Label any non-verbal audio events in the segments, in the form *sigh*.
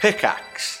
Pickaxe.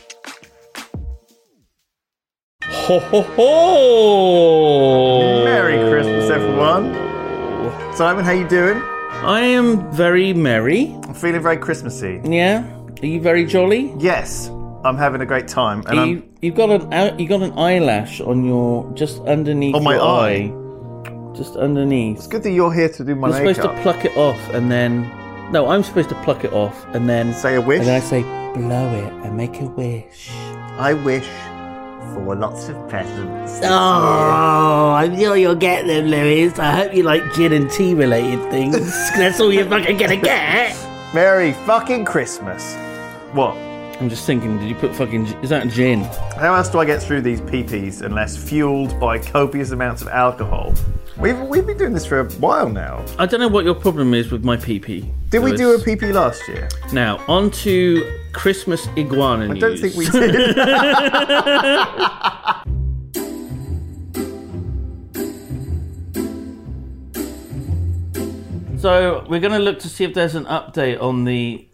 Ho ho ho! Merry Christmas, everyone. Simon, how you doing? I am very merry. I'm feeling very Christmassy. Yeah. Are you very jolly? Yes, I'm having a great time, and Are I'm you, you've got an out- you got an eyelash on your just underneath On my your eye. just underneath. it's good that you're here to do my You're makeup. supposed to pluck it off and then no, I'm supposed to pluck it off and then Say a wish. and then I say blow it and make a wish. I wish for lots of presents. Oh, I'm sure you'll get them, Lewis. I hope you like gin and tea related things. *laughs* 'cause that's all you're fucking gonna get. Merry fucking Christmas. What? I'm just thinking, did you put fucking? Is that gin? How else do I get through these PPs unless fueled by copious amounts of alcohol? We've, we've been doing this for a while now. I don't know what your problem is with my PP. Did we do a Lewis. PP last year? Now, on to Christmas iguana I news. don't think *laughs* we did. So we're going to look to see if there's an update on the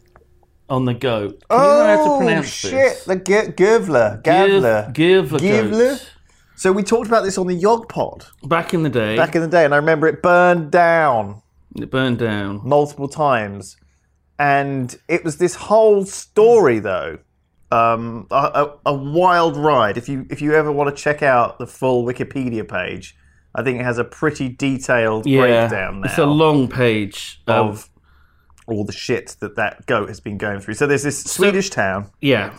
on the goat. Do you know how to oh pronounce shit! this? The G- Givler, Give, Gavler, give the goat. So we talked about this on the Yog Pod Back in the day, back in the day, and I remember it burned down it burned down. multiple times, and it was this whole story though, um, a, a, a wild ride. If you if you ever want to check out the full Wikipedia page, I think it has a pretty detailed breakdown now it's a long page um, of all the shit that that goat has been going through. So there's this Swedish town. yeah.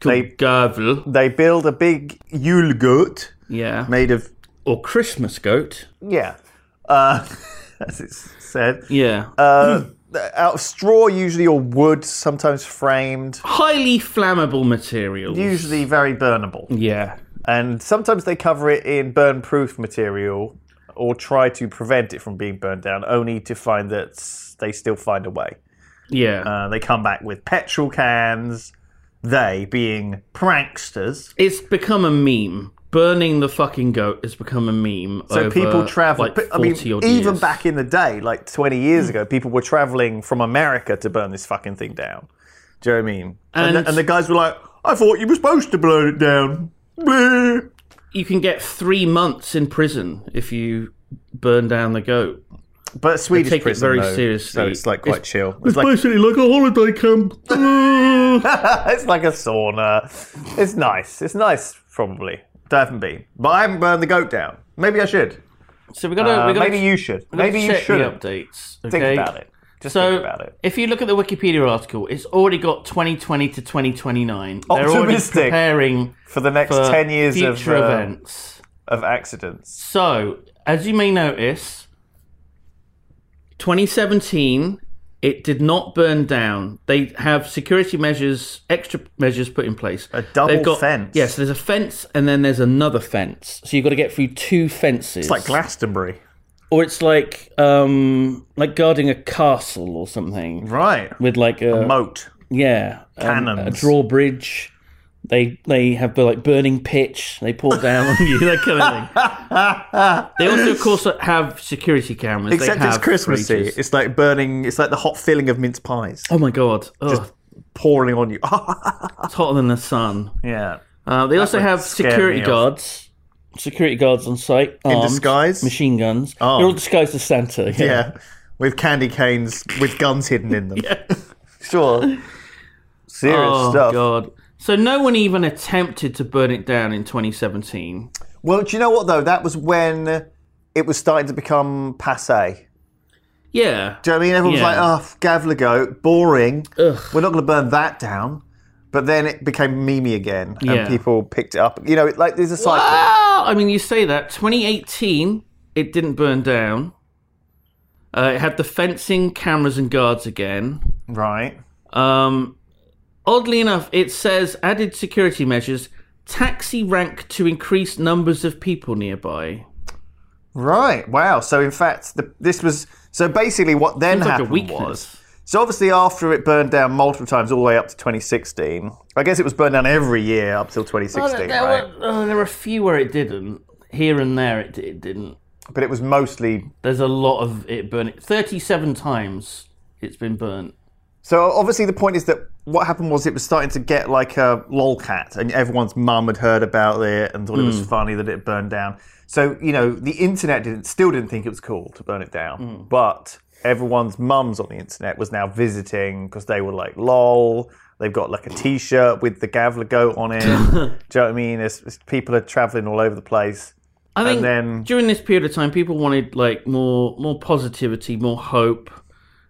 Called Gavl, They build a big Yule goat yeah, made of or Christmas goat, Yeah. Uh, *laughs* as it's said. yeah, Uh, out of straw, usually, or wood, sometimes framed, highly flammable material. usually very burnable. yeah, And sometimes they cover it in burn proof material or try to prevent it from being burned down, only to find that s- they still find a way. yeah. Uh, they come back with petrol cans, they being pranksters. it's become a meme. Burning the fucking goat has become a meme. So over, people travel. Like I mean, 40 odd even years. back in the day, like 20 years ago, people were traveling from America to burn this fucking thing down. Do you know what I mean? And, And- the, and the guys were like, I thought you were supposed to burn it down. Bleh. you can get three months in prison if you burn down the goat. But Swedish take it prison, very though, So seriously. it's like quite chill. It's, like Basically, like a holiday *laughs* camp. Uh, it's like a sauna. It's nice. It's nice, probably. I haven't been, but I haven't burned the goat down. Maybe I should. so we got to. Uh, we got maybe you should. we gotta Maybe you check should. the updates. Think okay? about it. Just so think about it. if you look at the Wikipedia article, it's already got 2020 to 2029. They're already Optimistic. preparing For the next for 10 years of, future uh, events. of accidents. So, as you may notice, 2017, it did not burn down. They have security measures, extra measures put in place. A double They've got, fence. Yes, there's a fence and then there's another fence. So you've got to get through two fences. It's like Glastonbury. or it's like um like guarding a castle or something Right. with like a, Moat. yeah um, a Cannons. drawbridge. They they have the like burning pitch. They *laughs* pour down on you, that kind of thing. they also, of course, have security cameras. They Except it's have Christmassy. fridges. It's like burning. It's like the hot filling of mince pies Oh my god! Ugh, pouring on you. *laughs* it's hotter than the sun. yeah. Uh, they also would have scare security me off. guards security guards on site In armed, disguise? Oh. machine guns. They're all disguised as Santa. Yeah. with candy canes with guns hidden *laughs* in them. Sure. Serious Oh stuff. god. So no one even attempted to burn it down in 2017. Well, do you know what though? That was when it was starting to become passe. Yeah. Do you know what I mean? Everyone Yeah. was like, "Oh, Gavlago, boring. We're not going to burn that down." But then it became memey again, and Yeah. people picked it up. You know, like there's a cycle. Ah, I mean, you say that. 2018, it didn't burn down. Uh, it had the fencing, cameras, and guards again. Right. Um, oddly enough, it says added security measures, taxi rank to increase numbers of people nearby. Right. Wow. So in fact, the, this was so basically what then It's like a happened weakness. was so obviously after it burned down multiple times all the way up to 2016. I guess it was burned down every year up till 2016, there, right? were, oh, there were a few where it didn't. Here and there, it, it didn't. But it was mostly There's a lot of it burning. 37 times it's been burnt. So obviously the point is that what happened was it was starting to get like a lolcat, and everyone's mum had heard about it and thought it Hmm. was funny that it burned down. So you know the internet didn't still didn't think it was cool to burn it down, Hmm. but everyone's mums on the internet was now visiting because they were like lol. They've got like a T-shirt with the Gavla goat *laughs* on it. Do you know what I mean? It's, it's- people are traveling all over the place. I think then- during this period of time, people wanted like more more positivity, more hope,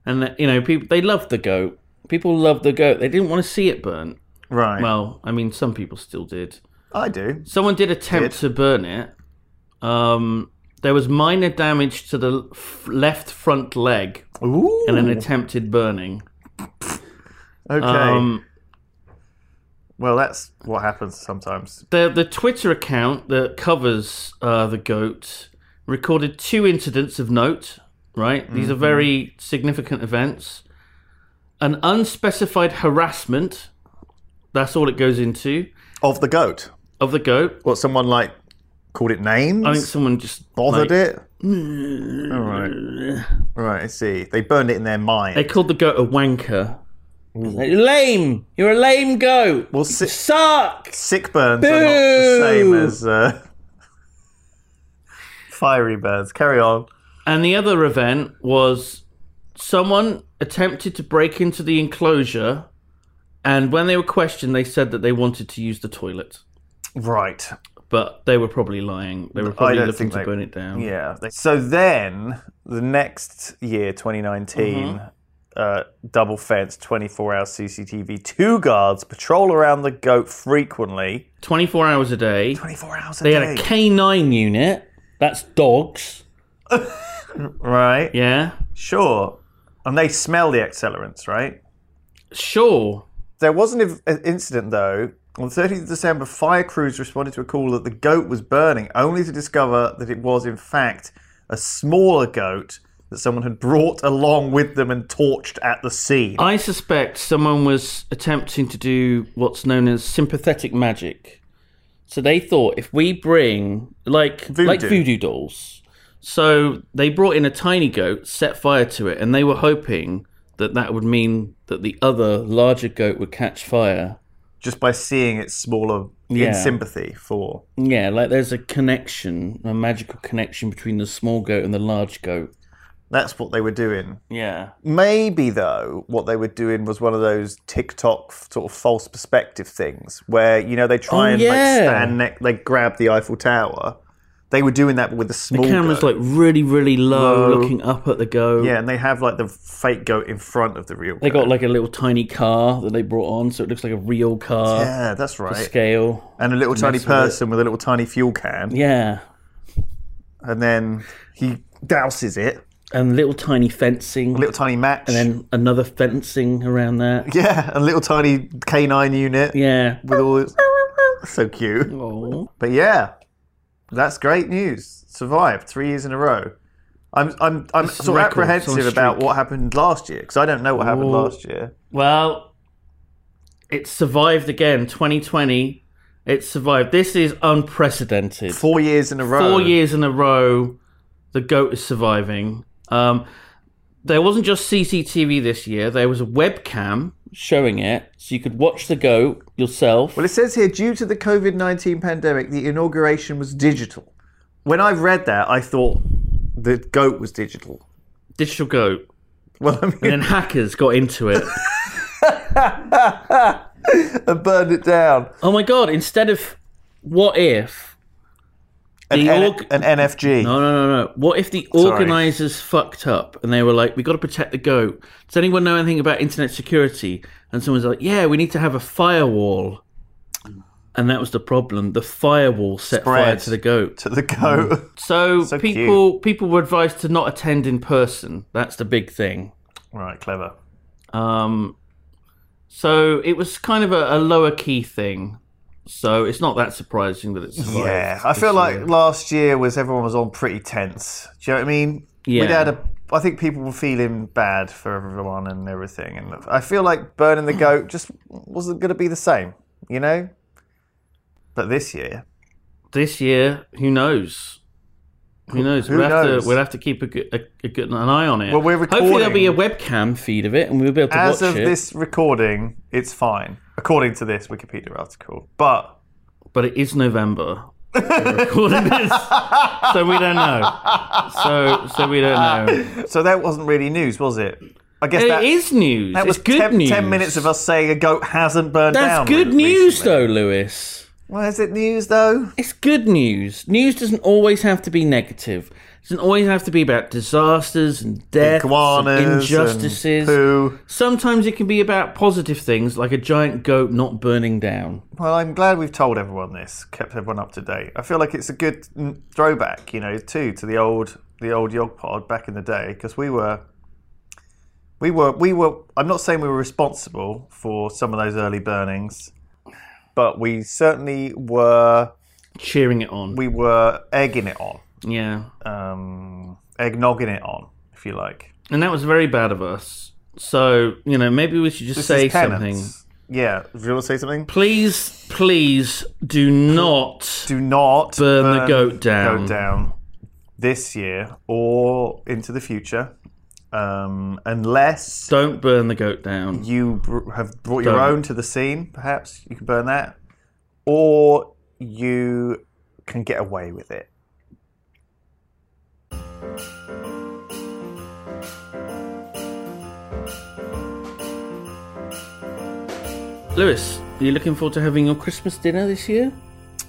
and that, you know, people they loved the goat. People loved the goat. They didn't want to see it burnt. Right. Well, I mean, some people still did. I do. Someone did attempt to burn it. Um, there was minor damage to the f- left front leg Ooh. in an attempted burning. okay. Um, well, that's what happens sometimes. the the Twitter account that covers uh, the goat recorded two incidents of note. Right, these are Mm-hmm. very significant events. An unspecified harassment. That's all it goes into Of the goat. of the goat. What someone like called it names? I think someone just bothered like, it. All right, right. I see. They burned it in their mind. They called the goat a wanker. Like, lame! You're a lame goat. well, *laughs* si- Suck! sick burns are not the Boo! same as uh, *laughs* fiery burns. Carry on. And the other event was someone attempted to break into the enclosure, and when they were questioned, they said that they wanted to use the toilet, Right. but they were probably lying. They were probably don't looking think to they- burn it down. Yeah. They- So then, the next year, 2019, Mm-hmm. uh, double fence, 24 hour CCTV, two guards patrol around the goat frequently. 24 hours a day. 24 hours a They day. had a K9 unit. That's dogs. right. Yeah. Sure. And they smell the accelerants, right? Sure. There was an, ev- an incident, though. On the 30th of December, fire crews responded to a call that the goat was burning, only to discover that it was, in fact, a smaller goat that someone had brought along with them and torched at the scene. I suspect someone was attempting to do what's known as sympathetic magic. So they thought if we bring like like Voodoo. voodoo dolls. So they brought in a tiny goat, set fire to it, and they were hoping that that would mean that the other larger goat would catch fire. Just by seeing it smaller Yeah. in sympathy for. Yeah, like there's a connection, a magical connection between the small goat and the large goat. That's what they were doing. Yeah. Maybe, though, what they were doing was one of those TikTok f- sort of false perspective things where, you know, they try Oh, and yeah. like stand next, they grab the Eiffel Tower. They were doing that but with a The small camera's like goat. really, really low, Low. looking up at the goat. Yeah, and they have like the fake goat in front of the real goat. They got like a little tiny car that they brought on, so it looks like a real car. Yeah, that's right. Scale. And a little tiny mess with it. person with a little tiny fuel can. Yeah. And then he douses it. And little tiny fencing. A little tiny match. and then another fencing around that. *laughs* Yeah, a little tiny canine unit Yeah. with all its so cute. Oh. But yeah. That's great news. Survived three years in a row. I'm I'm I'm This is sort of record. It's on apprehensive about streak. what happened last year because I don't know what happened Ooh. last year. Well, it survived again. 2020. It survived. This is unprecedented. Four years in a row. Four years in a row, the goat is surviving. Um, there wasn't just CCTV this year. There was a webcam showing it, so you could watch the goat yourself. Well, it says here due to the COVID 19 pandemic, the inauguration was digital. When I read that, I thought the goat was digital. *laughs* Digital goat. Well, I And mean, then hackers got into *laughs* it. I burned it down. oh my god! Instead of what if An, The N- org- an NFG. No, no, no, no. What if the organizers fucked up and they were like, "We got to protect the goat." Does anyone know anything about internet security? And someone's like, "Yeah, we need to have a firewall." And that was the problem. The firewall set fire Spread. to the goat. To the goat. So, So cute. people people were advised to not attend in person. That's the big thing. *laughs* right, clever. Um, so it was kind of a, a lower key thing. So it's not that surprising that it's Yeah, I feel like last year was everyone was on pretty tense. Do you know what I mean? Yeah. We'd had a, I think people were feeling bad for everyone and everything, and I feel like burning *sighs* the goat just wasn't going to be the same, you know. But this year, this year, who knows? Who knows? who we'll, Have knows? to, we'll have to keep a good, a, a good an eye on it. Well, we're Hopefully, there'll be a recording. webcam feed of it, and we'll be able to as watch of it. this recording, it's fine according to this Wikipedia article. But But it is November. We're *laughs* recording this, so we don't know. So, so we don't know. so that wasn't really news, was it? I guess And that it is news. That it's was good ten, news. 10 minutes of us saying a goat hasn't burned down. That's good recently. news, though, Lewis. Why is it news though? It's good news. News doesn't always have to be negative. It doesn't always have to be about disasters and deaths, Iguanas, and and injustices. poo. Sometimes it can be about positive things, like a giant goat not burning down. Well, I'm glad we've told everyone this, kept everyone up to date. I feel like it's a good mm, throwback, you know, too, to the old the old Yog Pod back in the day, because we were, we were, we were. I'm not saying we were responsible for some of those early burnings, but we certainly were. Cheering it on. We were egging it on, yeah. um, eggnogging it on, if you like. And that was very bad of us. So, you know, maybe we should just This say is penance. something. Yeah, do you want to say something? Please, please do not. do not Burn the goat down. goat down this year or into the future, um, unless Don't burn the goat down. you br- have brought your Don't. own to the scene. Perhaps you can burn that, or you can get away with it. Lewis, are you looking forward to having your Christmas dinner this year?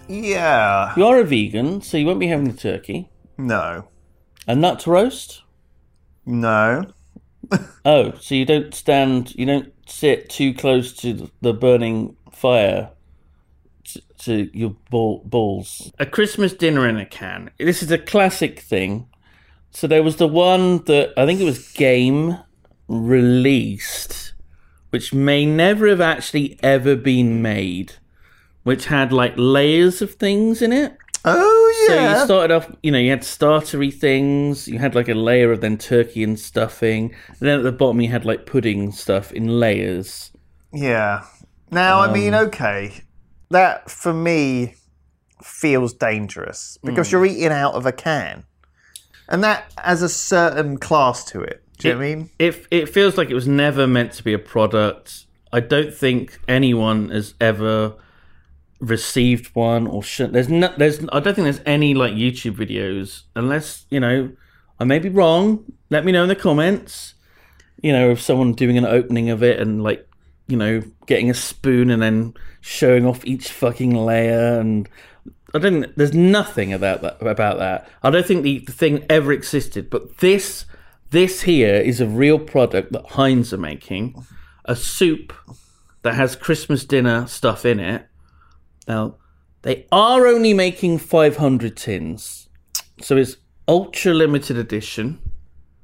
Yeah. You are a vegan, so you won't be having the turkey. No. A nut roast? No. Oh, so you don't stand, you don't sit too close to the burning fire to, to your ball, balls. A Christmas dinner in a can. This is a classic thing. So there was the one that I think it was Game released, which may never have actually ever been made, which had like layers of things in it. Oh So yeah. you started off, you know, you had startery things. You had like a layer of then turkey and stuffing. And then at the bottom, you had like pudding stuff in layers. yeah. Now I mean, okay, that for me feels dangerous because you're eating out of a can, and that has a certain class to it. Do you know what I mean? It it feels like it was never meant to be a product. I don't think anyone has ever received one or should. There's no, there's I don't think there's any like YouTube videos unless you know I may be wrong. Let me know in the comments. You know, of someone doing an opening of it and like you know getting a spoon and then showing off each fucking layer and. I don't. There's nothing about that. About that. I don't think the, the thing ever existed. But this, this here is a real product that Heinz are making, a soup that has Christmas dinner stuff in it. Now, they are only making 500 tins, so it's ultra limited edition.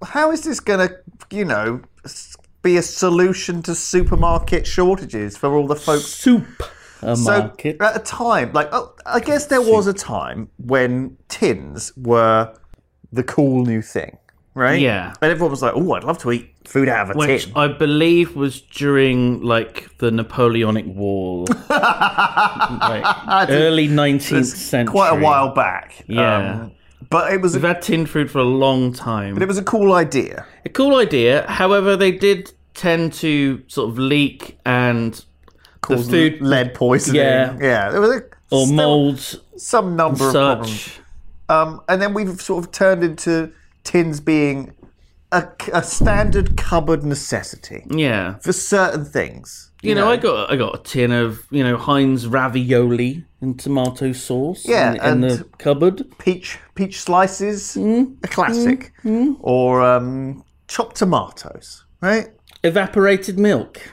How is this going to, you know, s- be a solution to supermarket shortages for all the folks? Soup. A market. So uh, at a time, like oh, I guess there was a time when tins were the cool new thing, right? Yeah. and everyone was like, "Oh, I'd love to eat food out of a Which tin." I believe was during like the Napoleonic *laughs* War, like early nineteenth century. Quite a while back. Um, Yeah. But it was a, We've had tin food for a long time. but it was a cool idea. A cool idea. However, they did tend to sort of leak and Called food- lead poisoning. Yeah. yeah. There was a, or still molds some number of problems. such. Um, and then we've sort of turned into tins being a, a standard cupboard necessity Yeah. for certain things. You, know, I got I got a tin of you know Heinz ravioli and tomato sauce. Yeah, in, in the and- cupboard. peach peach slices, Mm. a classic, or um, chopped tomatoes, right? Evaporated milk.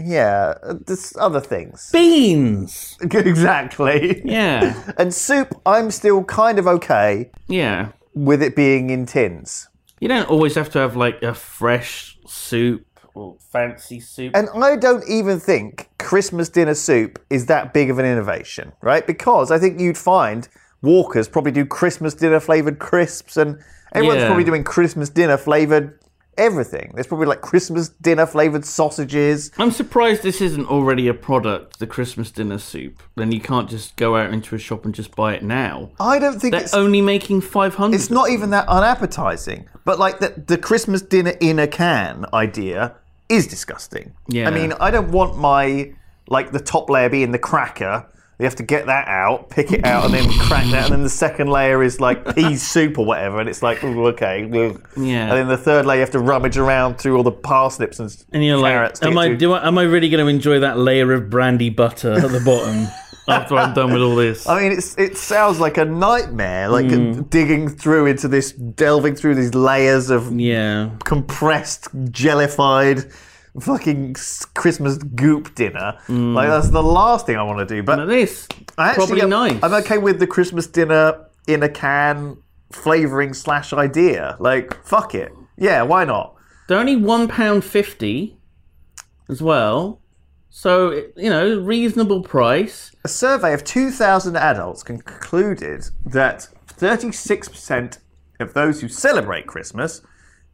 Yeah, uh, there's other things. *laughs* Beans. exactly. Yeah, And soup, I'm still kind of okay yeah. with it being in tins. You don't always have to have like a fresh soup or fancy soup. And I don't even think Christmas dinner soup is that big of an innovation, right? Because I think you'd find Walkers probably do Christmas dinner flavored crisps, and everyone's Yeah. probably doing Christmas dinner flavored everything. There's probably like Christmas dinner flavored sausages. I'm surprised this isn't already a product, the Christmas dinner soup. Then you can't just go out into a shop and just buy it now. I don't think They're Oh, it's only making 500. it's not even that unappetizing. But like the, the Christmas dinner in a can idea is disgusting. Yeah. I mean, I don't want my like the top layer being the cracker. You have to get that out, pick it out, and then crack that, and then the second layer is like pea soup or whatever, and it's like, ooh, okay. ugh. Yeah. And then the third layer, you have to rummage around through all the parsnips and, And you're carrots. like, to am get I, to- do I, am I really going to enjoy that layer of brandy butter at the bottom *laughs* after I'm done with all this? I mean, it's it sounds like a nightmare, like Mm. digging through into this, delving through these layers of Yeah. compressed, jellified, fucking s- Christmas goop dinner. Like that's the last thing I want to do. But And this, I actually, Mm. probably am- nice. I'm okay with the Christmas dinner in a can flavoring slash idea. Like fuck it, yeah, why not? They're only £1.50 as well. So, it- you know, reasonable price. A survey of 2,000 adults concluded that 36% of those who celebrate Christmas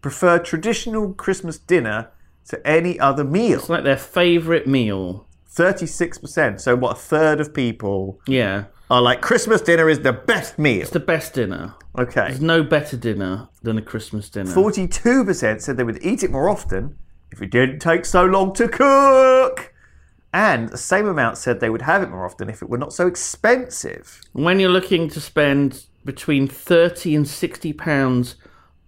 prefer traditional Christmas dinner to any other It's meal. like their favourite meal. 36%. So, what, a third of people Yeah. are like Christmas dinner is the best meal. It's the best dinner. Okay. There's no better dinner than a Christmas dinner. Forty-two percent said they would eat it more often if it didn't take so long to cook, and the same amount said they would have it more often if it were not so expensive. when you're looking to spend between 30 and 60 pounds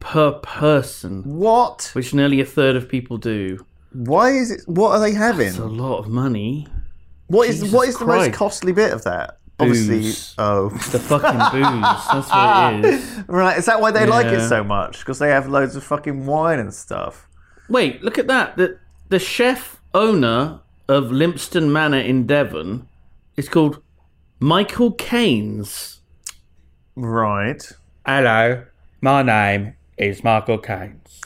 per person What? which nearly a third of people do Why is it? What are they having? it's a lot of money What is Jesus what is the most Christ. costly bit of that? Obviously, Booze. *laughs* oh *laughs* the fucking booze that's what it is right. Is that why they like it Yeah. so much? Because they have loads of fucking wine and stuff. wait look at that the, the chef owner of limpston manor in devon is called michael keynes Right. hello my name is michael keynes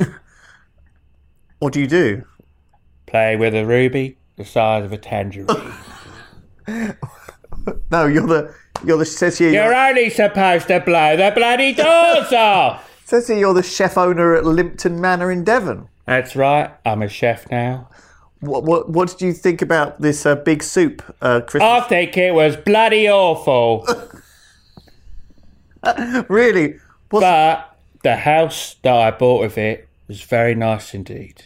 *laughs* What do you do? play with a ruby the size of a tangerine *laughs* No, you're the you're the says here you're, only supposed to blow the bloody doors *laughs* off says here you're the chef owner at Limpton Manor in Devon. That's right. I'm a chef now. What, what, what did you think about this uh, big soup, uh, Christmas? I think it was bloody awful, *laughs* *laughs* really? What's, but the house that I bought with it was very nice indeed.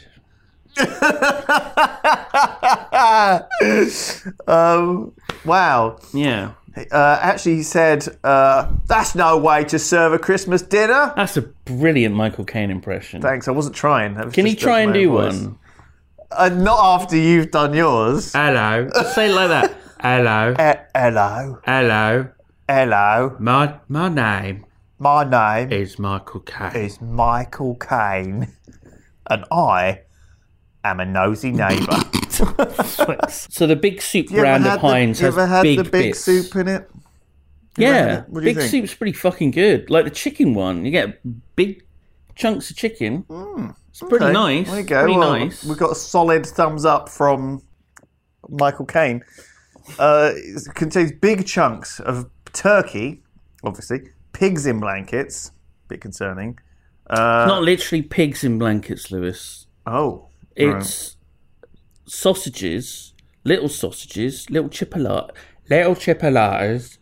um, wow. Yeah, Uh, actually, he said, uh, that's no way to serve a Christmas dinner. that's a brilliant Michael Caine impression. Thanks, I wasn't trying. That was Can you just try my and own do voice. one? Uh, not after you've done yours. Hello. Say it like that. *laughs* Hello. Eh, hello. Hello. Hello. My my name My name is Michael Caine. is Michael Caine, and I am a *laughs* nosy neighbour. So the big soup You ever brand had of Heinz the, you has ever had big, the big bits. soup in it? Yeah, What do you big think? soup's pretty fucking good. Like the chicken one, you get big chunks of chicken. it's pretty Hmm, Okay, nice. There you go. Pretty Well, nice. We've got a solid thumbs up from uh, Michael Caine. Uh, it contains big chunks of turkey, obviously, pigs in blankets, bit concerning. Not literally pigs in blankets, Lewis. Oh, It's sausages, little sausages, little chipolata, little chipolatas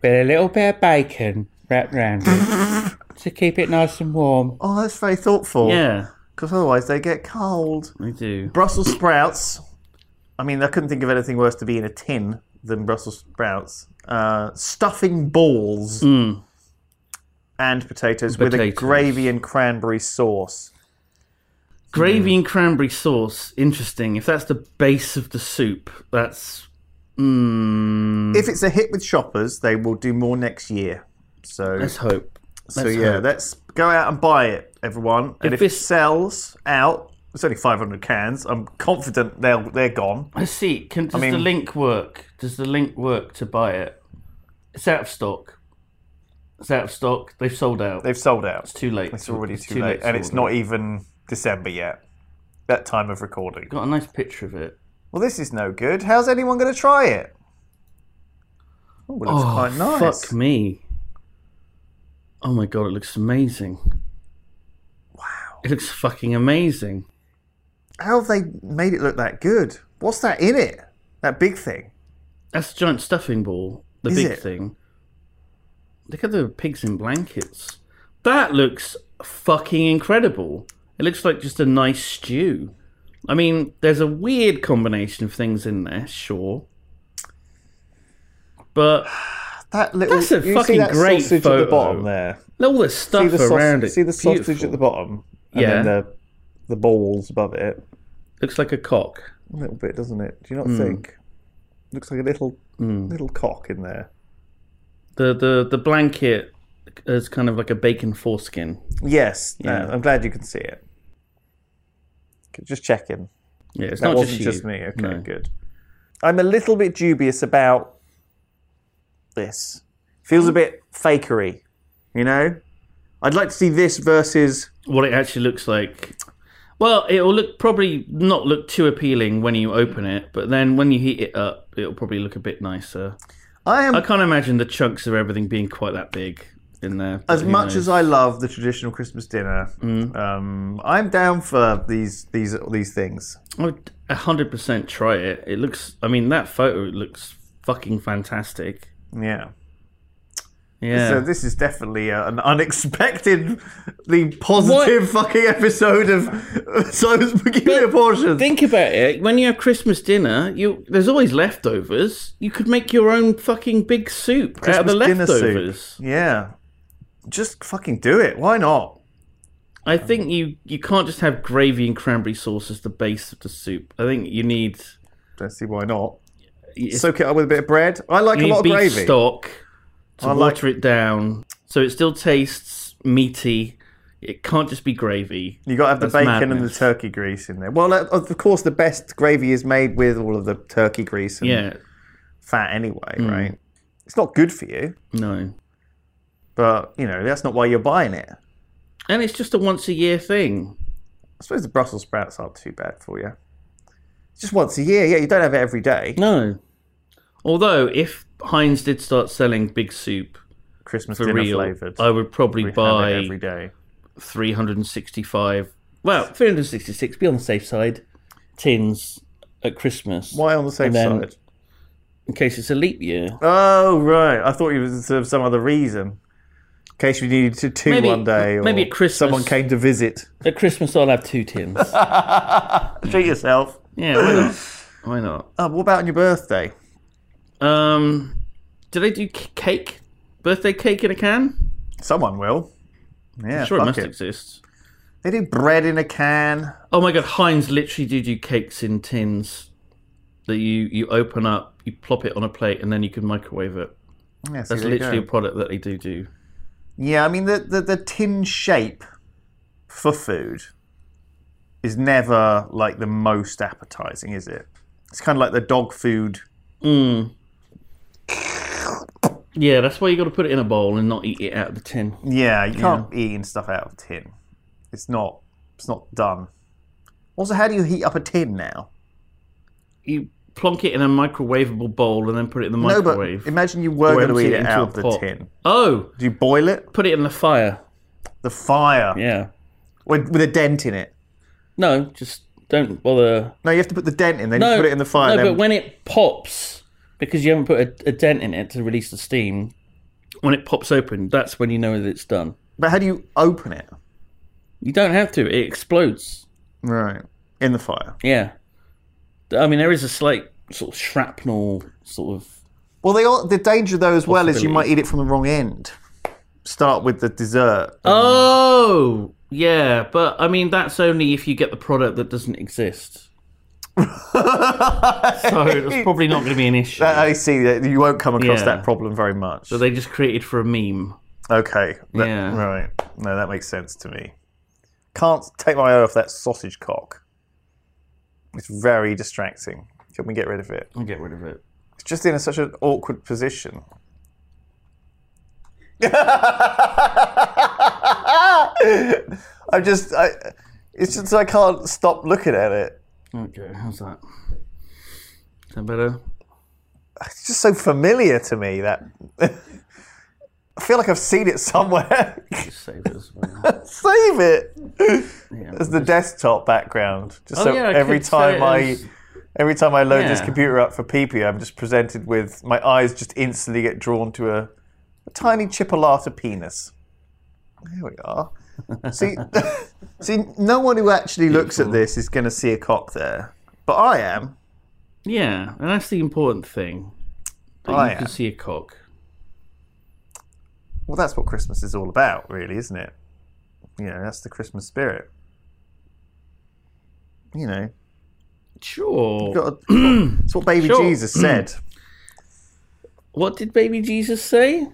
with a little bit of bacon wrapped round it *laughs* to keep it nice and warm. Oh, that's very thoughtful. Yeah, Because otherwise they get cold. they do. Brussels sprouts. I mean, I couldn't think of anything worse to be in a tin than Brussels sprouts. Uh, stuffing balls and potatoes, with a Mm. Potatoes. gravy and cranberry sauce. Gravy and cranberry sauce. Interesting. If that's the base of the soup, that's mm, If it's a hit with shoppers, they will do more next year. So, let's hope. so let's yeah, hope. let's go out and buy it, everyone. And if, If it it's- sells out, it's only 500 cans. I'm confident they'll they're gone. I see. Can, does the mean- link work? Does the link work to buy it? It's out of stock. It's out of stock. They've sold out. They've sold out. it's too late. It's already too, late, to and it's order. not even December yet. That time of recording. Got a nice picture of it. Well, this is no good. How's anyone going to try it? Oh, it looks quite nice. Fuck me. Oh my god, it looks amazing. Wow. It looks fucking amazing. How have they made it look that good? What's that in it? That big thing. That's the giant stuffing ball, the Is big it? thing. Look at the pigs in blankets. That looks fucking incredible. It looks like just a nice stew. I mean, there's a weird combination of things in there, sure. But That little. That's a you see fucking that great sausage at photo. the bottom there. all the See stuff the, saus- around it. see the sausage beautiful. at the bottom, and Yeah. then the the balls above it. Looks like a cock. A little bit, doesn't it? Do you not Hmm. think? Looks like a little little cock in there. The the the blanket is kind of like a bacon foreskin. Yes, Yeah. no, I'm glad you can see it. Okay, Just checking. Yeah, it's That not wasn't you. just, me. Okay, No. good. I'm a little bit dubious about this. Feels a bit fakery, you know? I'd like to see this versus. What it actually looks like. Well, it'll look probably not look too appealing when you open it, but then when you heat it up, it'll probably look a bit nicer. I am I can't imagine the chunks of everything being quite that big in there. as much as I love the traditional Christmas dinner. Mm. Um, I'm down for these these these things. I would hundred percent try it. It looks. I mean, that photo looks fucking fantastic. Yeah. Yeah. So this is definitely a, an unexpectedly positive fucking episode of *laughs* Simon's Peculiar Portions. Think about it. When you have Christmas dinner, you there's always leftovers. You could make your own fucking big soup out of the Christmas dinner soup. leftovers. Yeah. Just fucking do it. Why not? I think you you can't just have gravy and cranberry sauce as the base of the soup. I think you need Don't see why not. it's- Soak it up with a bit of bread. I like you a need lot of beef gravy. stock to I like- water it down, so it still tastes meaty. It can't just be gravy. You got to have the That's bacon and the madness. turkey grease in there. Well, that- of course, the best gravy is made with all of the turkey grease and Yeah, Hmm. fat anyway, right? It's not good for you, no, but you know that's not why you're buying it. I and it's just a once a year thing. suppose the Brussels sprouts aren't too bad for you. It's just once a year. Yeah, you don't have it every day. No, although if Heinz did start selling big soup Christmas for dinner real, flavored. I would probably buy every day. 365 well 366 be on the safe side tins at christmas Why on the safe And then- side? in case it's a leap year Oh right, I thought you was sort of some other reason. In case we needed to two Maybe- one day, or maybe at Christmas. someone came to visit. at christmas i'll have two tins Treat yourself. *laughs* yeah why not why not Oh, what about on your birthday? um do they do c- cake birthday cake in a can Someone will. Yeah, sure it fuck must it. exist They do bread in a can. oh my god heinz literally do do cakes in tins that you you open up you plop it on a plate and then you can microwave it Yeah, see, that's there you literally a go. product that they do do yeah. I mean, the, the the tin shape for food is never like the most appetizing, is it? It's kind of like the dog food. yeah that's why you got to put it in a bowl and not eat it out of the tin Yeah, you can't be eating stuff out of a tin. It's not. It's not done. Also, how do you heat up a tin now? you plonk it in a microwavable bowl and then put it in the No, but microwave. imagine you were Or going to empty eat it into out a of the pot. tin. Oh, Do you boil it? put it in the fire. The fire Yeah. with, with a dent in it. No, just don't bother. No, you have to put the dent in. Then No, you put it in the fire. No, then but when it pops, because you haven't put a, a dent in it to release the steam, when it pops open, that's when you know that it's done. But how do you open it? You don't have to. It explodes. Right. In the fire. Yeah. I mean, there is a slight sort of shrapnel sort of. Well, they all, the danger though as well is you might eat it from the wrong end. Start with *laughs* the dessert. Oh, yeah. But I mean, that's only if you get the product that doesn't exist. so *laughs* that's probably not going to be an issue. I see *laughs* that you won't come across Yeah. that problem very much. So they just created for a meme. Okay. That- Yeah. Right. No, that makes sense to me. Can't take my eye off that sausage cock. It's very distracting. Can we get rid of it? I'll get rid of it. It's just in a, such an awkward position. *laughs* I just, I, it's just I can't stop looking at it. Okay, how's that? Is that better? It's just so familiar to me that *laughs* I feel like I've seen it somewhere. *laughs* Just save it as well. Save it. Yeah. as the desktop background. Just Oh, so yeah, I every could say it time I as- every time I load this Yeah. computer up for PP, I'm just presented with my eyes just instantly get drawn to a, a tiny chipolata penis. There we *laughs* are. See, *laughs* see, no one who actually looks at this is going to see a cock there, but I am. Yeah, and that's the important thing. That Oh, you yeah. can see a cock. Well, that's what Christmas is all about, really, isn't it? You know, that's the Christmas spirit. You know, Sure. got *clears throat* a, it's what baby Sure. Jesus said. What did baby Jesus say?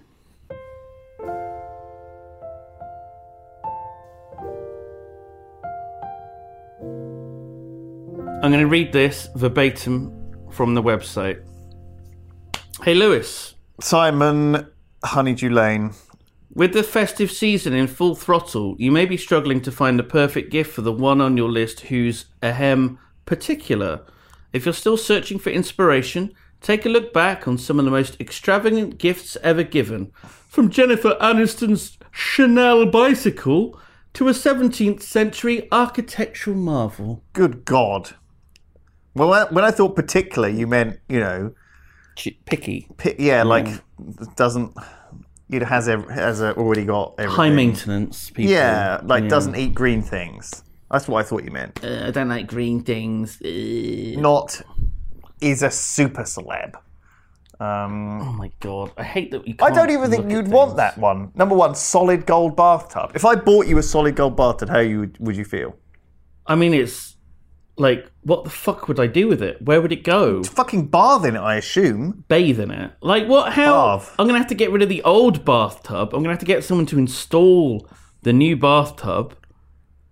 I'm going to read this verbatim from the website. Hey, Lewis. Simon Honeydew Lane. With the festive season in full throttle, you may be struggling to find the perfect gift for the one on your list who's ahem particular. If you're still searching for inspiration, take a look back on some of the most extravagant gifts ever given, from Jennifer Aniston's Chanel bicycle to a 17th century architectural marvel. Good God. Well, when I, when I thought particular, you meant you know, Ch- Picky. pi- yeah, Mm. like doesn't it has ev- has uh, already got everything. High maintenance people. Yeah, like doesn't eat green things. That's what I thought you meant. Uh, I don't like green things. Uh, Not is a super celeb. Um, oh my god, I hate that you. I Can't don't even think look at you'd want things. that one. Number one, solid gold bathtub. If I bought you a solid gold bathtub, how you would, would you feel? I mean, it's like, what the fuck would I do with it? Where would it go? Fucking bath in it, I assume. Bathe in it? Like, what? How? Bath. I'm gonna have to get rid of the old bathtub. I'm gonna have to get someone to install the new bathtub.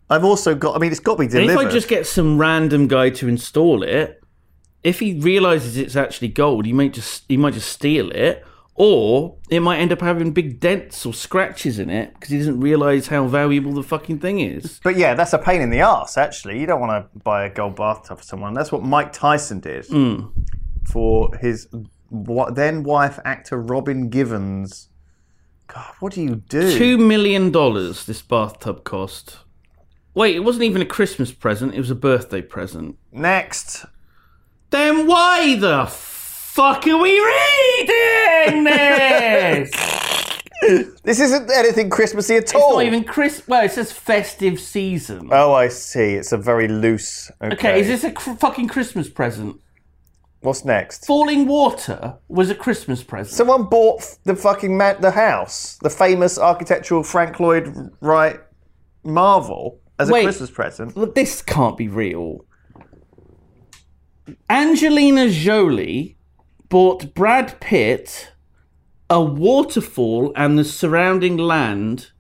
I've also got. I mean, it's got to be And delivered. if I just get some random guy to install it, if he realizes it's actually gold, he might just he might just steal it, or it might end up having big dents or scratches in it because he doesn't realize how valuable the fucking thing is. But yeah, that's a pain in the ass, actually. You don't want to buy a gold bathtub for someone. That's what Mike Tyson did Hmm. for his wa- then wife, actor Robin Givens. God, what do you do? Two million dollars this bathtub cost. Wait, it wasn't even a Christmas present, it was a birthday present. Next. Then why the fuck are we reading this? it's This isn't anything Christmassy at all. not even Chris. Well, it says festive season. Oh, I see. It's a very loose. Okay. okay, is this a cr- fucking Christmas present? What's next? Falling Water was a Christmas present. Someone bought f- the fucking ma- the house, the famous architectural Frank Lloyd Wright marvel, as a Wait. Christmas present. Well, this can't be real. Angelina Jolie bought Brad Pitt a waterfall and the surrounding land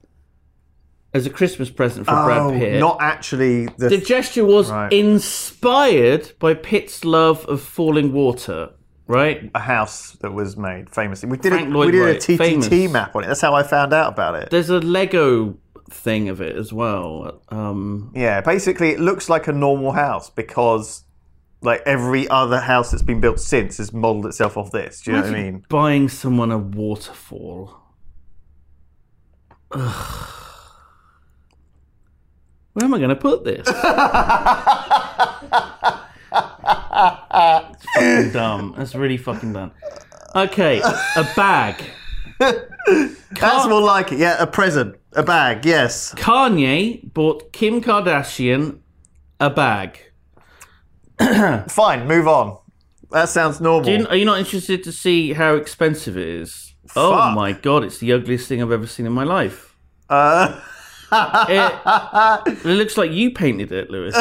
as a Christmas present for Brad Pitt. Oh, not actually the the gesture was Right. inspired by Pitt's love of falling water, right? a house that was made famously. We did Frank a, we Lloyd did a Wright, TTT famous. map on it. That's how I found out about it. There's a Lego thing of it as well. Um, yeah, basically it looks like a normal house because like every other house that's been built since has modelled itself off this. Do you know what I mean? buying someone a waterfall. Ugh. Where am I going to put this? It's fucking dumb. That's really fucking dumb. Okay, a bag. That's more like it. Yeah, a present, a bag. Yes. Kanye bought Kim Kardashian a bag. Fine. Move on. That sounds normal. Do you, are you not interested to see how expensive it is? Fuck. Oh my god, it's the ugliest thing I've ever seen in my life. Uh, It, it *laughs* looks like you painted it, Lewis.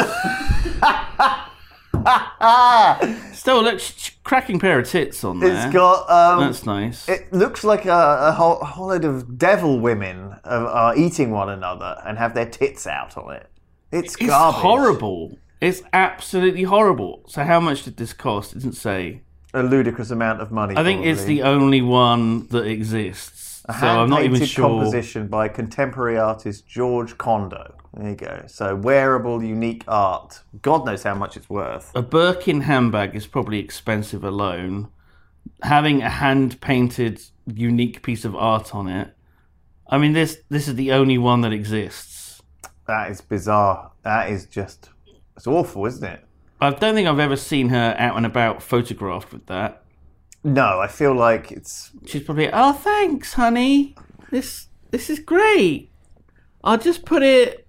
Still looks cracking pair of tits on there. it's got. Um, That's nice. it looks like a, a whole, a whole load of devil women are, are eating one another and have their tits out on it. It's, it's garbage. horrible. It's absolutely horrible. So how much did this cost? It didn't say. A ludicrous amount of money. I think it's probably. the only one that exists. So I'm not even Hand-painted sure. composition by contemporary artist George Kondo. There you go. So wearable, unique art. God knows how much it's worth. a Birkin handbag is probably expensive alone. Having a hand painted unique piece of art on it. I mean this this is the only one that exists. That is bizarre. That is just. It's awful, isn't it? I don't think I've ever seen her out and about photographed with that. No, I feel like it's. She's probably oh thanks, honey. This this is great. I'll just put it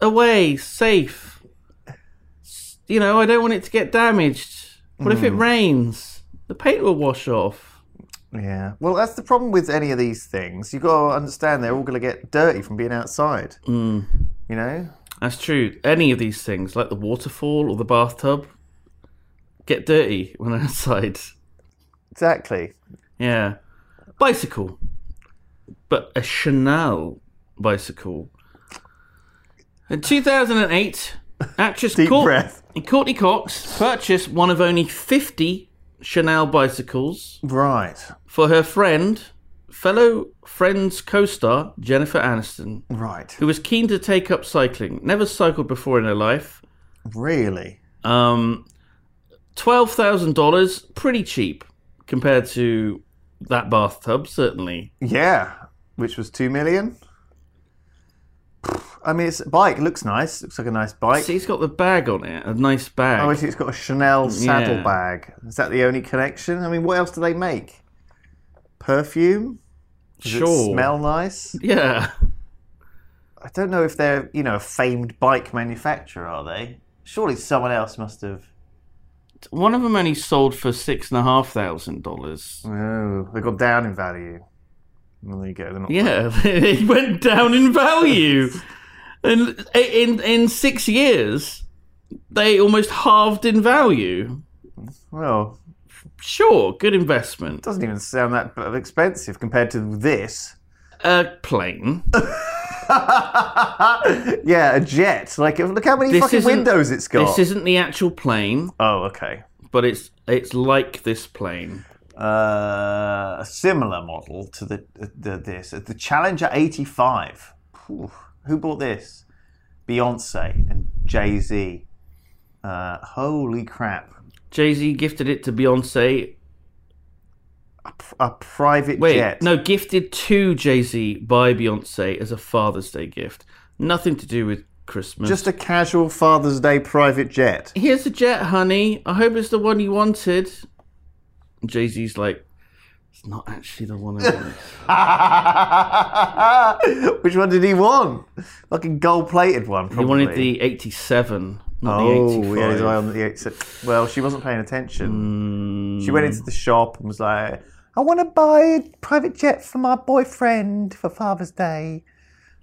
away, safe. S- You know, I don't want it to get damaged. What if it rains? The paint will wash off. Yeah. Well, that's the problem with any of these things. You've got to understand they're all going to get dirty from being outside. You know? That's true. Any of these things, like the waterfall or the bathtub, get dirty when outside. Exactly. Yeah. Bicycle. But a Chanel bicycle. In 2008, actress Deep Court- breath. Courtney Cox purchased one of only 50 Chanel bicycles Right. for her friend, fellow Friends co star Jennifer Aniston, Right. who was keen to take up cycling. Never cycled before in her life. Really? Um, twelve thousand dollars, pretty cheap compared to that bathtub, certainly. Yeah, which was two million. I mean, it's a bike. Looks nice. Looks like a nice bike. See, it's got the bag on it, a nice bag. Oh, I see it's got a Chanel saddle Yeah. bag. Is that the only connection? I mean, what else do they make? Perfume. Does sure. It smell nice. Yeah, I don't know if they're you know a famed bike manufacturer. Are they? Surely someone else must have. one of them only sold for six and a half thousand dollars. Oh, they got down in value. Well, there you go. They're not. Yeah, *laughs* it went down in value, and in in six years, they almost halved in value. Well, Sure, good investment. doesn't even sound that b- expensive compared to *laughs* this. A plane. yeah, a jet. Like, look how many This fucking isn't- windows it's got. This isn't the actual plane. oh, okay. but it's it's like this plane. Uh, a similar model to the, the this the Challenger 85. Phew. Who bought this? Beyonce and Jay Z. Uh, holy crap! Jay Z gifted it to Beyonce. A private Wait, jet. no, gifted to Jay Z by Beyonce as a Father's Day gift. Nothing to do with Christmas. just a casual Father's Day private jet. *laughs* here's a jet, honey. I hope it's the one you wanted. Jay Z's like, it's not actually the one I wanted. Which one did he want? Fucking gold plated one. Probably. he wanted the '87, not the Oh, '85. yeah, he's eye on the exit. Well, she wasn't paying attention. She went Hmm. into the shop and was like, I want to buy a private jet for my boyfriend for Father's Day.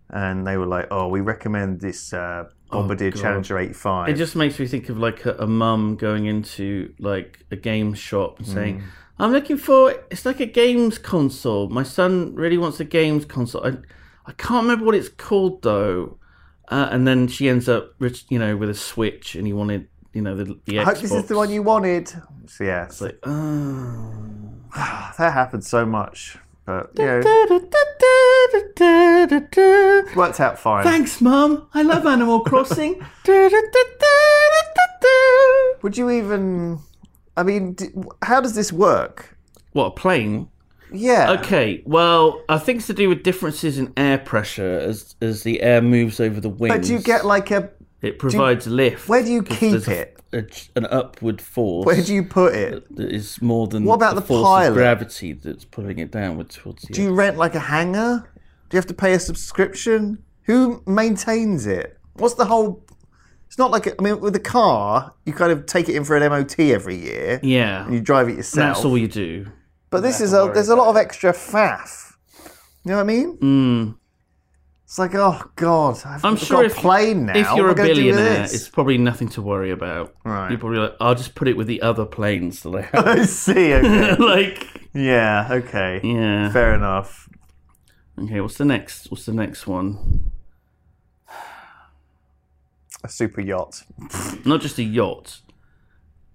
And they were like, oh, we recommend this uh, Bombardier Challenger 85. It Oh, just makes me think of like a, a mum going into like a game shop and Mm. saying, "I'm looking for it's like a games console. My son really wants a games console. I, I can't remember what it's called though." Uh, and then she ends up, rich- you know, with a Switch, and he wanted, you know, the, the Xbox. I hope this is the one you wanted. So, yeah, It's like, oh. that happened so much. But, you know, Da-da-da-da-da-da-da. worked out *laughs* fine. Thanks, mum. I love Animal *laughs* Crossing. Da-da-da-da-da-da-da. Would you even. I mean, d- how does this work? what a plane! Yeah. Okay, well, I think it's to do with differences in air pressure as as the air moves over the wings. But do you get like a It provides lift. Where do you 'cause keep there's a- it? a- an upward force. Where do you put it? that is more than What about the force pilot? of gravity that's pulling it downward towards the Do you earth. rent like a hangar? Do you have to pay a subscription? Who maintains it? What's the whole? It's not like I mean, with a car, you kind of take it in for an MOT every year. Yeah, and you drive it yourself. that's all you do. but this is a there's a lot of extra faff. You know what I mean? Mm. It's like oh god, I've I'm I've sure got if- a plane now. if you're what a am I gonna do with billionaire, this? it's probably nothing to worry about. Right. You're probably like, I'll just put it with the other planes that I *laughs* I see. Okay. have. *laughs* like, yeah. Okay. yeah. Fair enough. Okay, what's the next? What's the next one? A super yacht. Not just a yacht,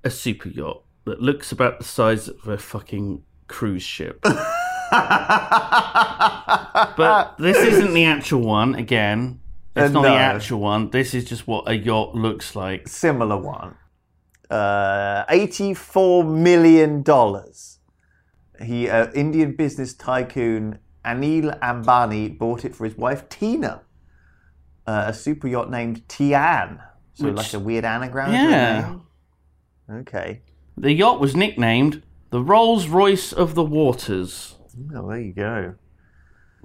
a super yacht that looks about the size of a fucking cruise *laughs* ship. But this isn't the actual one, again. It's Uh, not no. the actual one. This is just what a yacht looks like. similar one. Uh, Eighty-four million dollars. He, uh, Indian business tycoon Anil Ambani, bought it for his wife Tina, uh, a super yacht named Tian. So Which- like a weird anagram. of her Yeah. name? Okay. The yacht was nicknamed the Rolls Royce of the Waters. Oh, there you go.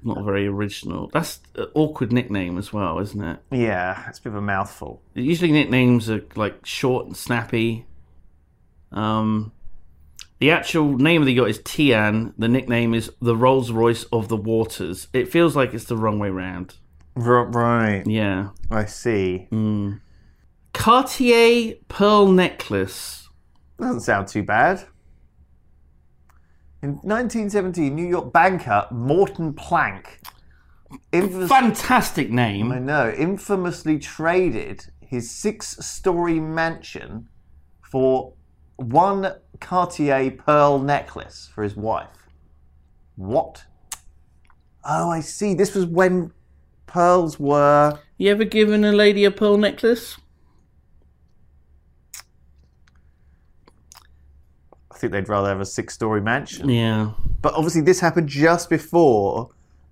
Not very original. That's an awkward nickname as well, isn't it? Yeah, it's a bit of a mouthful. Usually nicknames are like short and snappy. Um, the actual name of the yacht is Tian. The nickname is the Rolls Royce of the Waters. It feels like it's the wrong way round. R- right. Yeah. I see. Mm. Cartier pearl necklace. Doesn't sound too bad. In 1917, New York banker Morton Plank. infamous- Fantastic I name. know, infamously traded his six story mansion for one Cartier pearl necklace for his wife. What? Oh, I see. This was when pearls were. You ever given a lady a pearl necklace? I think they'd rather have a six story mansion. Yeah. But obviously, this happened just before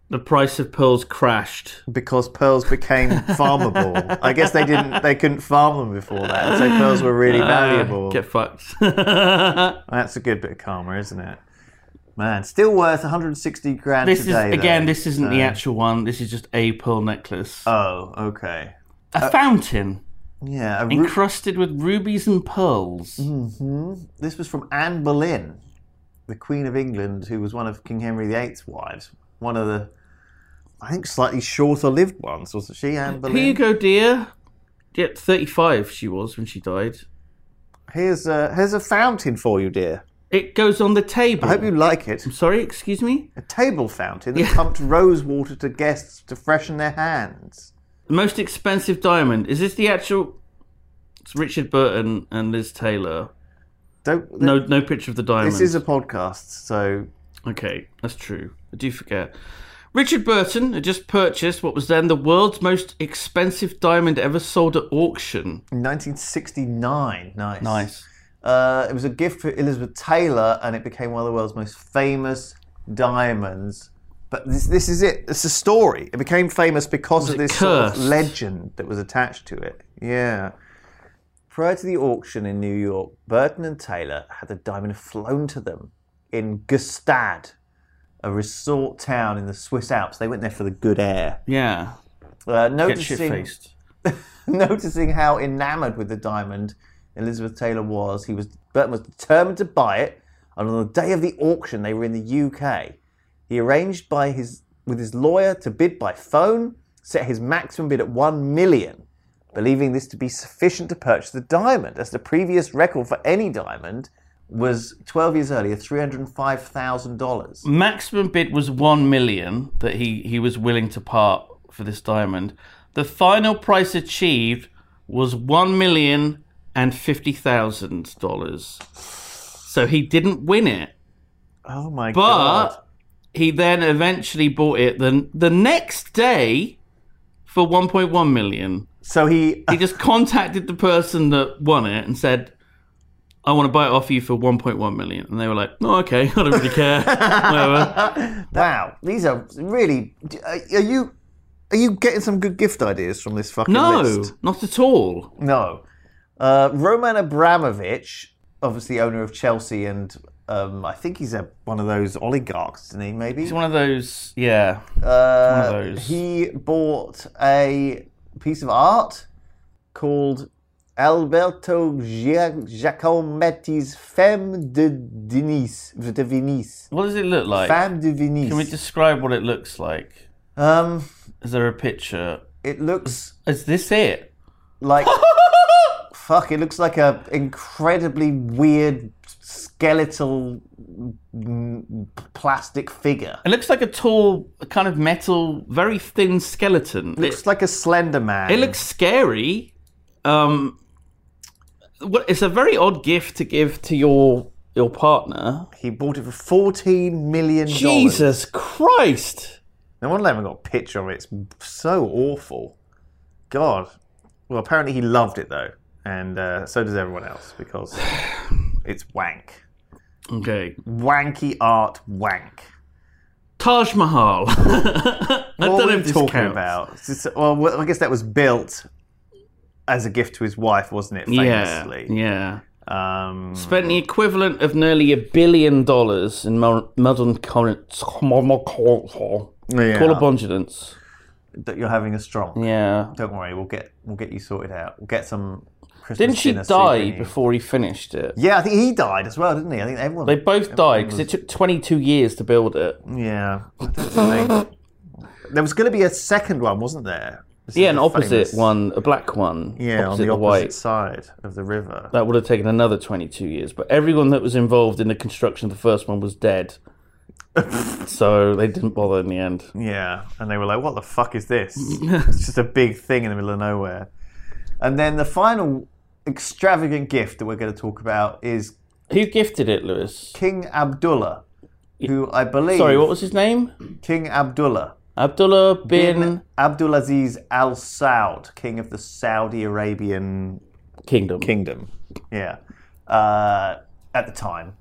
The price of pearls crashed. because pearls *laughs* became farmable. I guess they didn't. They couldn't farm them before that, so pearls were really valuable. Uh, get fucked. this That's a good bit of karma, isn't it? Man, still worth 160 grand is today. though. again. *laughs* This isn't the So- actual one. This is just a pearl necklace. Oh, okay. a uh, fountain Yeah, a ru- encrusted with rubies and pearls. Mhm. this was from Anne Boleyn, the Queen of England, who was one of King Henry VIII's wives. One of the, I think, slightly shorter-lived ones, wasn't she? Anne Boleyn. Here you go, dear. Yeah, thirty-five she was when she died. Here's a here's a fountain for you, dear. It goes on the table. I hope you like it. I'm sorry. Excuse me. A table fountain that Yeah. pumped rose water to guests to freshen their hands. The most expensive diamond is this the actual? It's Richard Burton and Liz Taylor. Don't. No, no picture of the diamond. This is a podcast, so Okay, that's true. I do forget. Richard Burton had just purchased what was then the world's most expensive diamond ever sold at auction. 1969. Nice. Uh, it was a gift for Elizabeth Taylor, and it became one of the world's most famous diamonds. But this, this is it. It's a story. It became famous because of it this sort of cursed? legend that was attached to it. Yeah. Prior to the auction in New York, Burton and Taylor had the diamond flown to them in Gestad, a resort town in the Swiss Alps. They went there for the good air. Yeah. Uh, Get noticing, shit-faced. *laughs* noticing how enamored with the diamond Elizabeth Taylor was, he was Burton was determined to buy it, and on the day of the auction, they were in the UK. He arranged by his with his lawyer to bid by phone, set his maximum bid at one million, believing this to be sufficient to purchase the diamond, as the previous record for any diamond was 12 years earlier, three hundred and five thousand dollars. Maximum bid was one million that he, he was willing to part for this diamond. The final price achieved was one million and fifty thousand dollars. So he didn't win it. Oh my But god! he then eventually bought it the the next day for 1.1 million. So he He just contacted the person that won it and said, "I want to buy it off you for 1.1 million." And they were like, "Oh, okay, I don't really care." Whatever. Wow, these uh, are really. Are you? Are you getting some good gift ideas from this fucking No, list? not at all. No. Uh, Roman Abramovich, obviously owner of Chelsea, and um, I think he's a, one of those oligarchs, isn't he? Maybe It's one of those. Yeah. Uh, one of those. He bought a piece of art called Alberto Gia- Giacometti's Femme de Denise. De Venice. What does it look like? Femme de Venice. Can we describe what it looks like? Um, Is there a picture? it looks Is this it? *laughs* like fuck it looks like a incredibly weird skeletal mm, plastic figure It looks like a tall, kind of metal, very thin skeleton. It looks like a slender man It looks scary. Um, what? It's a very odd gift to give to your your partner. he bought it for 14 million dollars Jesus Christ! no wonder they haven't got a picture of it it's so awful god well apparently he loved it though and uh, so does everyone else because *sighs* it's wank Okay, wanky art wank Taj Mahal. *laughs* I what don't are know we if this talking counts. about? It's just- well, well, I guess that was built as a gift to his wife, wasn't it? Yeah, Famously. yeah. Um, Spent the equivalent of nearly a billion dollars in mo- modern current yeah. correspondence. that you're having a strong. Yeah. Don't worry, we'll get we'll get you sorted out. We'll get some. Christmas Didn't she dinner die souvenir. before he finished it? Yeah, I think he died as well, didn't he? I think everyone. They both died because it took 22 years to build it. Yeah. I don't know. there was going to be a second one, wasn't there? This is Yeah, an the opposite famous- one, a black one. Yeah, opposite on the the opposite white. side of the river. That would have taken another 22 years. But everyone that was involved in the construction of the first one was *laughs* dead. so they didn't bother in the end. Yeah, and they were like, "What the fuck is this?" *laughs* it's just a big thing in the middle of nowhere. And then the final extravagant gift that we're going to talk about is Who gifted it, Lewis? King Abdullah, who I believe Sorry, what was his name? King Abdullah Abdullah bin, Abdulaziz Al Saud, king of the Saudi Arabian Kingdom. kingdom. Yeah, uh, at the time,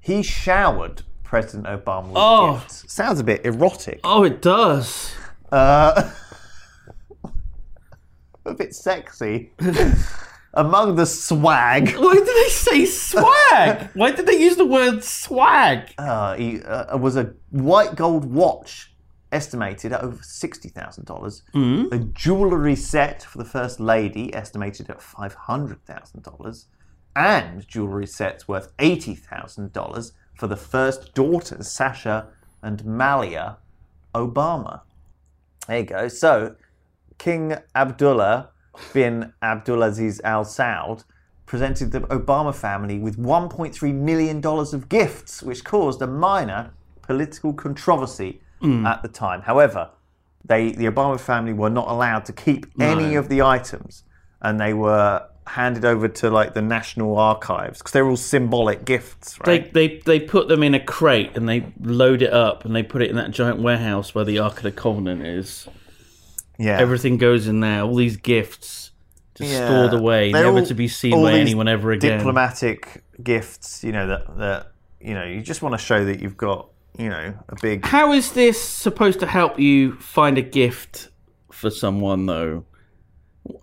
he showered President Obama with Oh. gifts. Sounds a bit erotic. Oh, it does. Uh, *laughs* a *laughs* bit sexy. Among the swag, Why did they say swag? Why did they use the word swag? uh, he, uh, was a white gold watch estimated at over $60,000. A jewellery set for the First Lady estimated at $500,000. And jewellery sets worth $80,000 for the first daughters, Sasha and Malia Obama. There you go. So, King Abdullah bin Abdulaziz Al Saud presented the Obama family with $1.3 million of gifts, which caused a minor political controversy at the time. However, they, the Obama family were not allowed to keep any of the items, and they were handed over to like the National Archives because they're all symbolic gifts, right? They, they they put them in a crate and they load it up and they put it in that giant warehouse where the Ark of the Covenant is. yeah. Everything goes in there. All these gifts just Yeah. stored away, They're never all- to be seen all by these anyone ever again. Diplomatic gifts, you know that that you know you just want to show that you've got you know a big. How is this supposed to help you find a gift for someone though?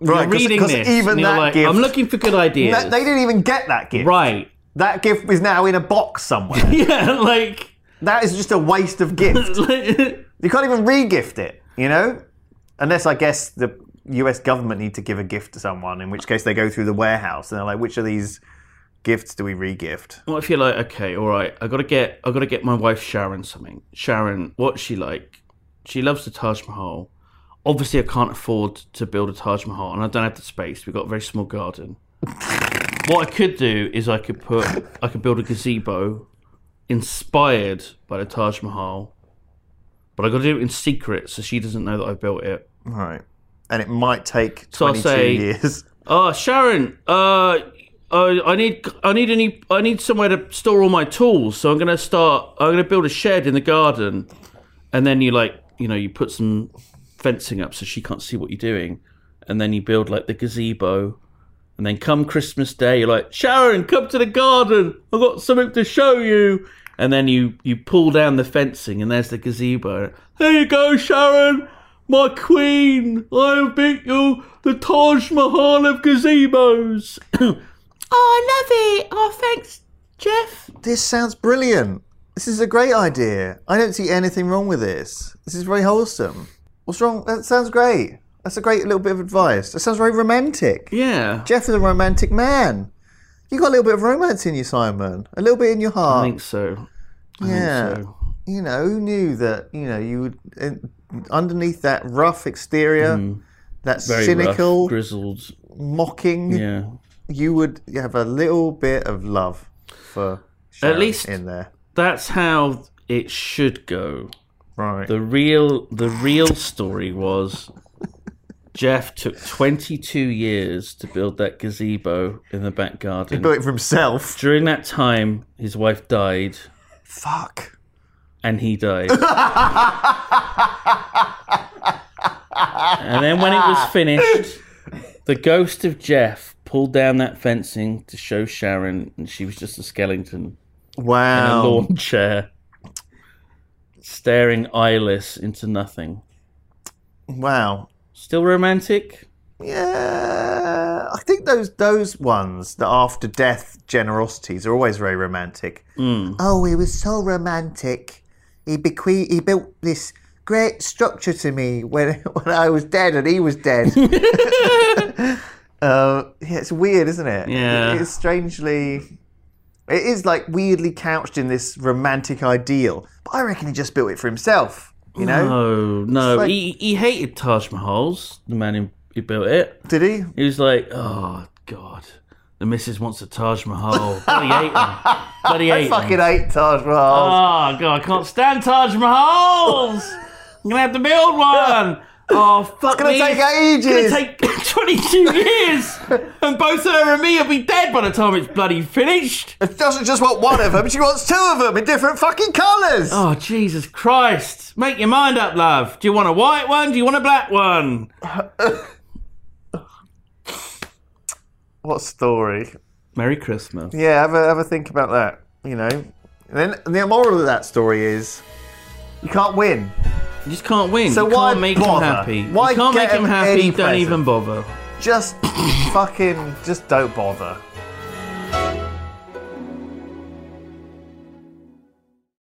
Right, you're 'cause- reading 'cause this, even and you're that like, gift- I'm looking for good ideas. No, they didn't even get that gift. right? *laughs* That gift is now in a box somewhere. Yeah, like, that is just a waste of gift. *laughs* like *laughs* You can't even re-gift it. You know, unless I guess the U.S. government need to give a gift to someone, in which case they go through the warehouse and they're like, which of these gifts do we re-gift? What if you're like, okay, all right, I gotta get, I gotta get my wife Sharon something. Sharon, what's she like? She loves the Taj Mahal. Obviously, I can't afford to build a Taj Mahal, and I don't have the space. We've got a very small garden. what I could do is I could put, I could build a gazebo, inspired by the Taj Mahal, but I gotta do it in secret so she doesn't know that I built it. Right. And it might take So I'll 22 say- years. Oh, Sharon, uh, uh, I need, I need any, I need somewhere to store all my tools. So I'm gonna start. I'm gonna build a shed in the garden, and then you like, you know, you put some fencing up so she can't see what you're doing, and then you build like the gazebo, and then come Christmas Day, you're like, Sharon, come to the garden. I've got something to show you. And then you you pull down the fencing, and there's the gazebo. There you go, Sharon. My queen, I built you the Taj Mahal of gazebos. *coughs* oh, I love it. Oh, thanks, Jeff. This sounds brilliant. This is a great idea. I don't see anything wrong with this. This is very wholesome. What's wrong? That sounds great. That's a great little bit of advice. That sounds very romantic. Yeah. Jeff is a romantic man. You got a little bit of romance in you, Simon. A little bit in your I heart. think so. yeah. so. You know, who knew that? You know, you would uh, underneath that rough exterior, that Mm-hmm. Very cynical, rough, grizzled. mocking, Yeah. you would have a little bit of love for Sharon least- in there, That's how it should go. right? The real the real story was Jeff took 22 years to build that gazebo in the back garden. Built it for himself. During that time, his wife died Fuck. and he died. and then when it was finished, the ghost of Jeff pulled down that fencing to show Sharon and she was just a skeleton in a Wow. lawn chair staring eyeless into nothing. Wow. Still romantic? Yeah, I think those those ones, the after death generosities, are always very romantic. Oh, he was so romantic. He beque- he built this great structure to me when *laughs* when I was dead and he was dead. *laughs* uh, yeah, it's weird, isn't it? Yeah. it's strangely. It is like weirdly couched in this romantic ideal, but I reckon he just built it for himself. You Oh, know? No, no. It's like- He he hated Taj Mahal's, the man who, who built it. Did he? He was like, oh god, the missus wants a Taj Mahal. Bloody hate him. Bloody hate *laughs* I fucking him. hate Taj Mahal. Oh god, I can't stand Taj Mahals. I'm gonna have to build one. Oh fuck gonna me. take It's ages. gonna take *laughs* 22 years, and both her and me will be dead by the time it's bloody finished. It doesn't just want one of them; she wants two of them in different fucking colours. Oh Jesus Christ! Make your mind up, love. Do you want a white one? Do you want a black one? What story? Merry Christmas. Yeah, have a, have a think about that. You know, and then and the moral of that story is you can't win. You just can't win. So you why can't make bother? him happy. Why you can't get make him him happy. any Don't present? *coughs* even bother. Just fucking, just don't bother.